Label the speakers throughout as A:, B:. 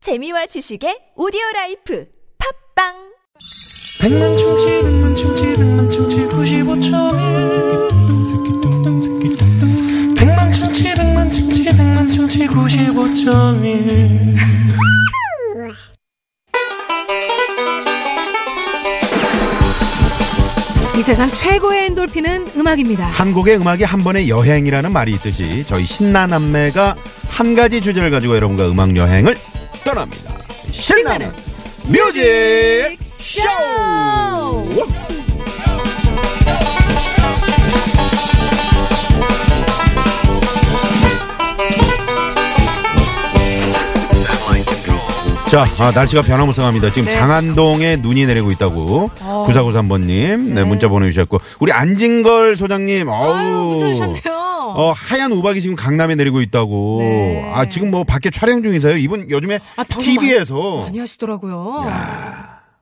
A: 재미와 지식의 오디오 라이프 팝빵
B: 백만 충치 백만 충치 백만 충치 구십오점일 백만 충치 백만 충치 백만 충치 구십오점일
C: 이 세상 최고의 엔돌핀은 음악입니다.
D: 한국의 음악이 한 번의 여행이라는 말이 있듯이 저희 신나남매가 한 가지 주제를 가지고 여러분과 음악 여행을 떠납니다. 신나는 뮤직 쇼! 자, 아, 날씨가 변화무쌍합니다. 지금
C: 네.
D: 장안동에 눈이 내리고 있다고.
C: 어.
D: 9493번님, 네, 문자 보내주셨고. 우리 안진걸 소장님,
C: 아유,
D: 어우.
C: 문자 주셨네요.
D: 어, 하얀 우박이 지금 강남에 내리고 있다고.
C: 네.
D: 아, 지금 뭐 밖에 촬영 중이세요? 이분 요즘에
C: 아, 방송
D: TV에서
C: 많이 하시더라고요.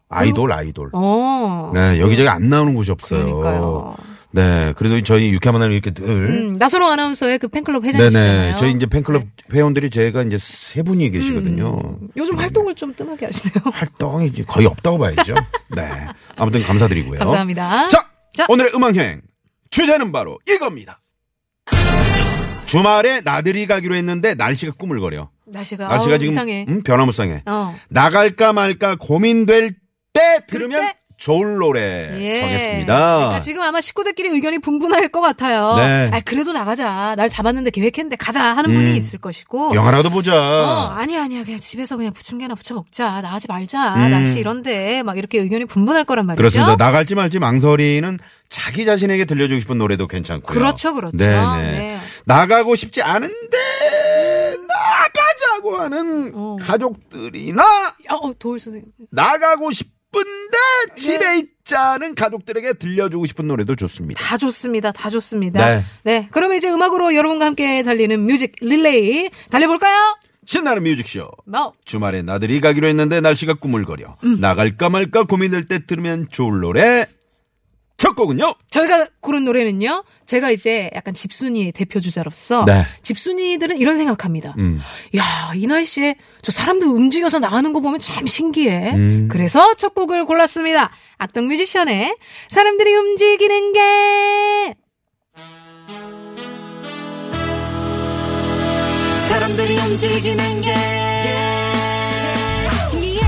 D: 아이돌, 아이돌.
C: 어.
D: 네, 여기저기 안 나오는 곳이 없어요.
C: 그러니까요.
D: 네, 그래도 저희 유쾌한 만남 이렇게 늘.
C: 음, 나선호 아나운서의 그 팬클럽
D: 네. 네네.
C: 회장이시잖아요. 음, 네.
D: 저희 이제 팬클럽 회원들이 제가 이제 세 분이 계시거든요. 네.
C: 요즘 활동을 좀 뜸하게 하시네요.
D: 활동이 이제 거의 없다고 봐야죠. 네. 아무튼 감사드리고요.
C: 감사합니다.
D: 자,
C: 자.
D: 오늘의 음악여행. 주제는 바로 이겁니다. 주말에 나들이 가기로 했는데 날씨가 꾸물거려.
C: 날씨가,
D: 날씨가
C: 아우,
D: 지금
C: 이상해.
D: 음, 변화무쌍해.
C: 어.
D: 나갈까 말까 고민될 때 들으면
C: 그때?
D: 좋을 노래
C: 예.
D: 네, 정했습니다.
C: 그러니까 지금 아마 식구들끼리 의견이 분분할 것 같아요.
D: 네. 음.
C: 아, 그래도 나가자. 날 잡았는데 계획했는데 가자 하는 분이 있을 것이고.
D: 영화라도 보자.
C: 어, 아니야, 아니야. 그냥 집에서 그냥 부침개 하나 부쳐 먹자. 나가지 말자. 날씨 이런데. 막 이렇게 의견이 분분할 거란 말이죠.
D: 음. 그렇습니다. 나갈지 말지 망설이는 자기 자신에게 들려주고 싶은 노래도 괜찮고요.
C: 그렇죠, 그렇죠.
D: 네네.
C: 네.
D: 나가고 싶지 않은데 나가자고 하는
C: 어.
D: 가족들이나
C: 어, 어, 도울 선생님.
D: 나가고 싶은데
C: 네.
D: 집에 있자는 가족들에게 들려주고 싶은 노래도 좋습니다.
C: 다 좋습니다. 다 좋습니다.
D: 네.
C: 그러면 이제 음악으로 여러분과 함께 달리는 뮤직 릴레이 달려볼까요?
D: 신나는 뮤직쇼.
C: 뭐.
D: 주말에 나들이 가기로 했는데 날씨가 꾸물거려.
C: 음.
D: 나갈까 말까 고민될 때 들으면 좋을 노래. 첫 곡은요.
C: 저희가 고른 노래는요. 제가 이제 약간 집순이의 대표 주자로서
D: 네. 음.
C: 집순이들은 이런 생각합니다. 야, 이 날씨에 저 사람들 움직여서 나가는 거 보면 참 신기해.
D: 음.
C: 그래서 첫 곡을 골랐습니다. 악동 뮤지션의 사람들이 움직이는 게
E: 사람들이 움직이는 게 신기해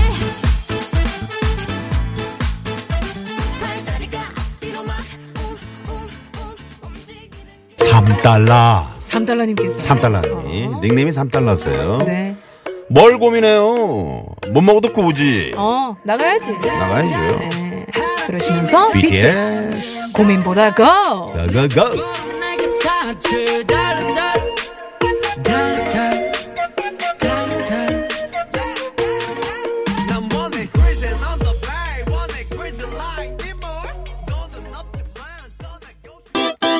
E: 발다리가 앞뒤로 막 움움움 움직이는
D: 3달러.
C: 3달러 님께서
D: 3달러님.
C: 어.
D: 닉네임이 3달러세요.
C: 네.
D: 뭘 고민해요? 못 먹어도 구우지.
C: 어, 나가야지.
D: 나가야죠.
C: 네. 그러시면서
D: BTS.
C: 고민보다 고!
D: 가가가.
C: 음.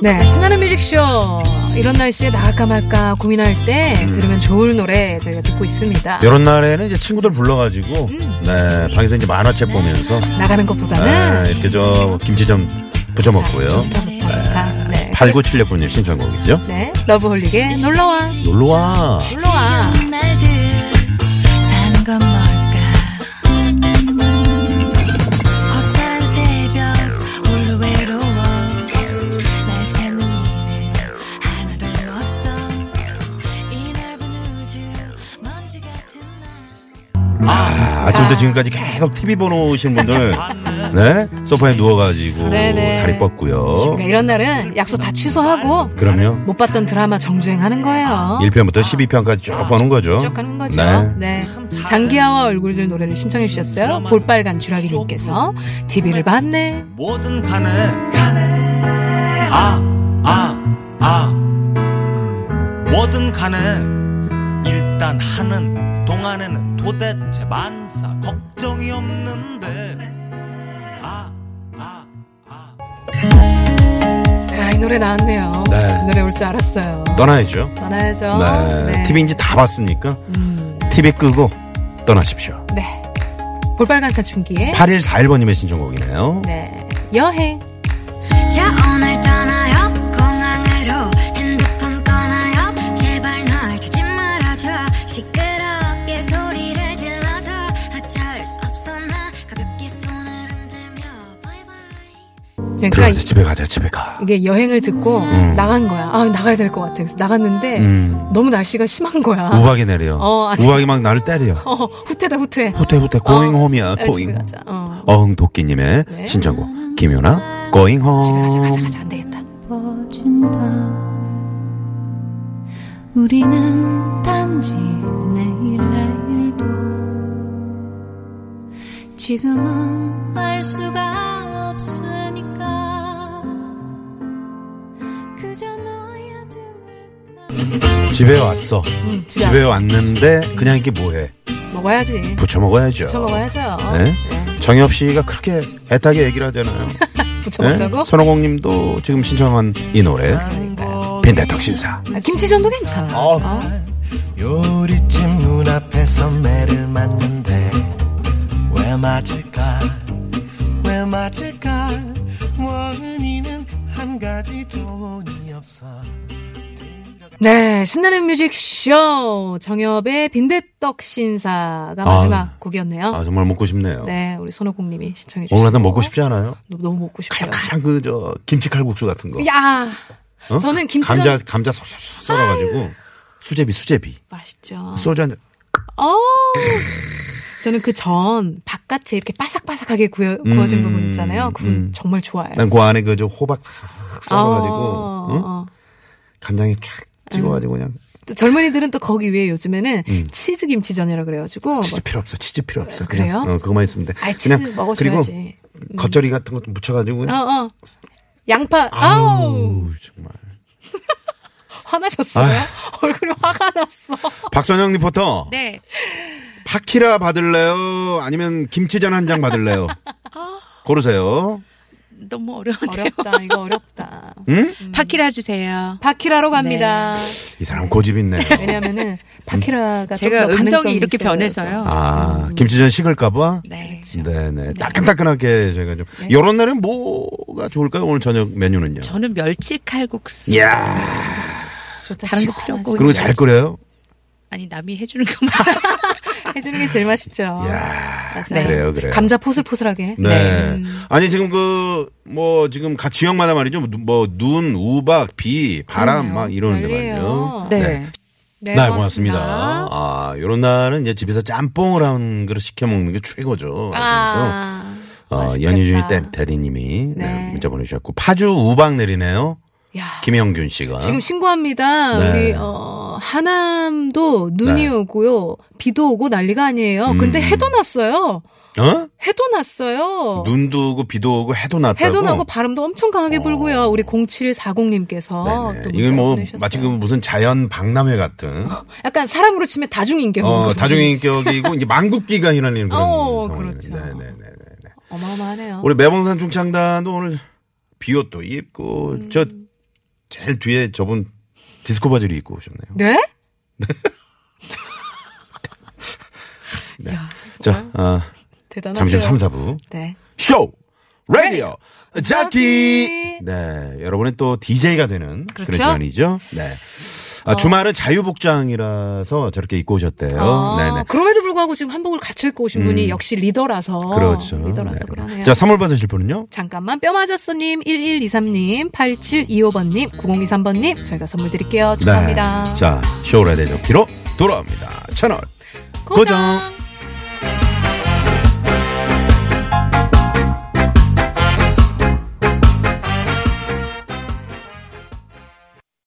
C: 네, 신나는 뮤직쇼. 이런 날씨에 나갈까 말까 고민할 때
D: 음.
C: 들으면 좋을 노래 저희가 듣고 있습니다.
D: 이런 날에는 이제 친구들 불러가지고,
C: 음.
D: 네, 방에서 이제 만화책 보면서,
C: 나가는
D: 네,
C: 것보다는
D: 이렇게 저 김치전 부쳐 먹고요.
C: 좋다, 좋다, 좋다. 네.
D: 8976분님 신청곡이죠.
C: 네, 러브홀릭의 놀러와,
D: 놀러와.
C: 놀러와.
E: 날들 사는 건 뭘까 허탈한 새벽 홀로 외로워 날 찾는 이는 하나도 없어 이 넓은 우주 먼지 같은 날
D: 아, 아침부터 지금까지 계속 TV 보는 오신 분들, 네, 소파에 누워가지고,
C: 네네.
D: 다리 뻗고요.
C: 그러니까 이런 날은 약속 다 취소하고
D: 그럼요.
C: 못 봤던 드라마 정주행하는 거예요.
D: 1편부터 12편까지 쭉 보는 거죠.
C: 어? 아, 쭉 가는 거죠.
D: 네.
C: 네. 장기하와 얼굴들 노래를 신청해 주셨어요. 볼빨간 주라기님께서 TV를 봤네.
B: 뭐든 간에 간에 아아아 뭐든 간에 일단 하는 동안에는 도대체 만사 걱정이 없는데 아 아, 아.
C: 아, 이 노래 나왔네요.
D: 네.
C: 이 노래 올 줄 알았어요.
D: 떠나야죠.
C: 떠나야죠.
D: 네. TV 이제 다 봤으니까,
C: 음,
D: TV 끄고 떠나십시오.
C: 네. 볼빨간 사춘기에
D: 8141번님의 신청곡이네요.
C: 예? 네. 여행.
E: 자 오늘 떠나요 공항으로 핸드폰 꺼나요 제발 날 찾지 말아줘 시끄럽게 소리를 질러
C: 그러니까
D: 들어가자 집에 가자 집에 가.
C: 이게 여행을 듣고
D: 음.
C: 나간 거야. 아, 나가야 될 것 같아. 그래서 나갔는데
D: 음.
C: 너무 날씨가 심한 거야.
D: 우박이 내려.
C: 네. 어, 아니.
D: 우박이 막 나를 때려.
C: 어, 후퇴다 후퇴.
D: 후퇴 후퇴 고잉 홈이야
C: 아, 집에
D: 고잉.
C: 가자. 어.
D: 어흥 도끼님의
C: 네.
D: 신청곡 김연아 고잉 홈.
C: 집에 가자 가자 가자 안 되겠다.
E: 우리는 단지 내일의 일도 지금은 알 수가 없으니까 그저 너의 등을
D: 집에 왔어.
C: 응, 집에
D: 집에 왔는데 그냥 이게 뭐해?
C: 먹어야지.
D: 부쳐 먹어야죠.
C: 부쳐 먹어야죠.
D: 네. 정엽 씨가 그렇게 애타게 얘기를 하잖아요. 예?
C: 부쳐 먹자고.
D: 네. 선호공님도 지금 신청한 이 노래 네.
C: 그러니까요.
D: 빈대떡 신사.
C: 아, 김치전도 괜찮아.
D: 어.
B: 요리집 눈앞에서 매를 맞는데 왜 맞을까 왜 맞을까 원인은 한 가지 돈이 없어
C: 네, 신나는 뮤직쇼 정엽의 빈대떡 신사가 마지막 곡이었네요.
D: 아 정말 먹고 싶네요.
C: 네, 우리 손호공님이 신청해 주셨어요.
D: 오늘 나도 먹고 싶지 않아요?
C: 너무 먹고 싶어요.
D: 칼칼한 그저 김치 칼국수 같은 거.
C: 야,
D: 어?
C: 저는 김치전
D: 감자 감자 쏙쏙 썰어가지고 수제비 수제비
C: 맛있죠.
D: 소주 한 잔.
C: 어. 저는 그 전 바깥에 이렇게 바삭바삭하게 구워,
D: 음,
C: 구워진 부분 있잖아요. 그분
D: 음.
C: 정말 좋아해요.
D: 난 그 안에 그저 호박 싹 썰어가지고
C: 어,
D: 응?
C: 어.
D: 간장에 쫙 찍어가지고 그냥
C: 또 젊은이들은 또 거기 위에 요즘에는
D: 음.
C: 치즈 김치전이라 그래가지고 뭐
D: 치즈 필요 없어 치즈 필요 없어
C: 그래요?
D: 그냥 어, 그거만 있으면 돼.
C: 아이, 치즈
D: 그냥 그리고
C: 먹어줘야지. 음.
D: 겉절이 같은 것도 묻혀가지고
C: 어,
D: 그냥
C: 어. 양파, 아우,
D: 아우 정말.
C: 화나셨어요? 얼굴이 화가 났어.
D: 박선영 리포터.
F: 네.
D: 파키라 받을래요? 아니면 김치전 한 장 받을래요? 고르세요.
F: 너무 어려운데요.
C: 어렵다, 이거 어렵다.
D: 응?
F: 파키라 주세요.
C: 바키라로
F: 네.
C: 갑니다.
D: 이 사람 고집 있네.
C: 왜냐면은, 바키라가 좀더
F: 제가 음성이
C: 가능성이
F: 이렇게
C: 있어요.
F: 변해서요.
D: 아, 김치전 식을까봐?
F: 네.
D: 네네. 따끈따끈하게 제가 좀. 요런 날은 뭐가 좋을까요? 오늘 저녁 메뉴는요?
F: 저는 멸치 칼국수.
D: 예. 이야.
C: 좋다.
F: 다른 거 필요 없고.
D: 그런 거 잘 끓여요?
F: 아니 남이 해주는 것만.
C: 해주는 게 제일 맛있죠.
D: 이야.
C: 아, 맞아요. 네.
D: 그래요, 그래요.
C: 감자 포슬포슬하게.
D: 네. 아니, 지금 그, 뭐, 지금 각 지역마다 말이죠. 뭐, 눈, 우박, 비, 바람 막 이러는데
C: 난리예요.
D: 말이죠.
F: 네.
C: 네,
D: 네, 고맙습니다. 아, 요런 날은 이제 집에서 짬뽕을 한 그릇 시켜 먹는 게 최고죠. 그래서
C: 아,
D: 어,
C: 맛있겠다.
D: 연희준이 대- 대디님이 네,
C: 네.
D: 문자 보내주셨고 파주 우박 내리네요.
C: 야.
D: 김영균 씨가
C: 지금 신고합니다.
D: 아? 네.
C: 우리 어 하남도 눈이
D: 네.
C: 오고요, 비도 오고 난리가 아니에요.
D: 음.
C: 근데 해도 났어요.
D: 어?
C: 해도 났어요.
D: 눈도 오고 비도 오고 해도 났다고.
C: 해도 나고 바람도 엄청 강하게
D: 어.
C: 불고요. 우리 0740님께서
D: 네네.
C: 어, 또 문자
D: 이건 뭐
C: 보내셨어요.
D: 마치 그 무슨 자연 박람회 같은
C: 약간 사람으로 치면 다중인격.
D: 어, 다중인격이고 이제 만국기가 휘날리는 그런
C: 어,
D: 상황이네요.
C: 그렇죠.
D: 네네네네. 네.
C: 어마어마하네요.
D: 우리 매봉산 중창단도 오늘 비옷도 입고
C: 음.
D: 저 제일 뒤에 저분 디스코 바지를 입고 오셨네요.
C: 네?
D: 자, 아,
C: 대단하세요.
D: 잠시 후 3, 4부.
C: 네.
D: 쇼! 라디오! 자키!
C: 자키!
D: 네, 여러분의 또 DJ가 되는 그런
C: 그렇죠? 어.
D: 시간이죠. 네. 아, 주말은 자유복장이라서 저렇게 입고 오셨대요.
C: 아,
D: 어, 네네. 음.
C: 그럼에도 불구하고 지금 한복을 갖춰 입고 오신 분이 역시 리더라서.
D: 그렇죠.
C: 리더라서
D: 네.
C: 어, 그러네요.
D: 자, 선물 받으실 분은요?
C: 잠깐만 뼈맞았어님 1123님 8725번님 9023번님 저희가 선물
D: 네.
C: 드릴게요. 축하합니다.
D: 자, 쇼 라디오 키로 돌아옵니다. 채널 고정.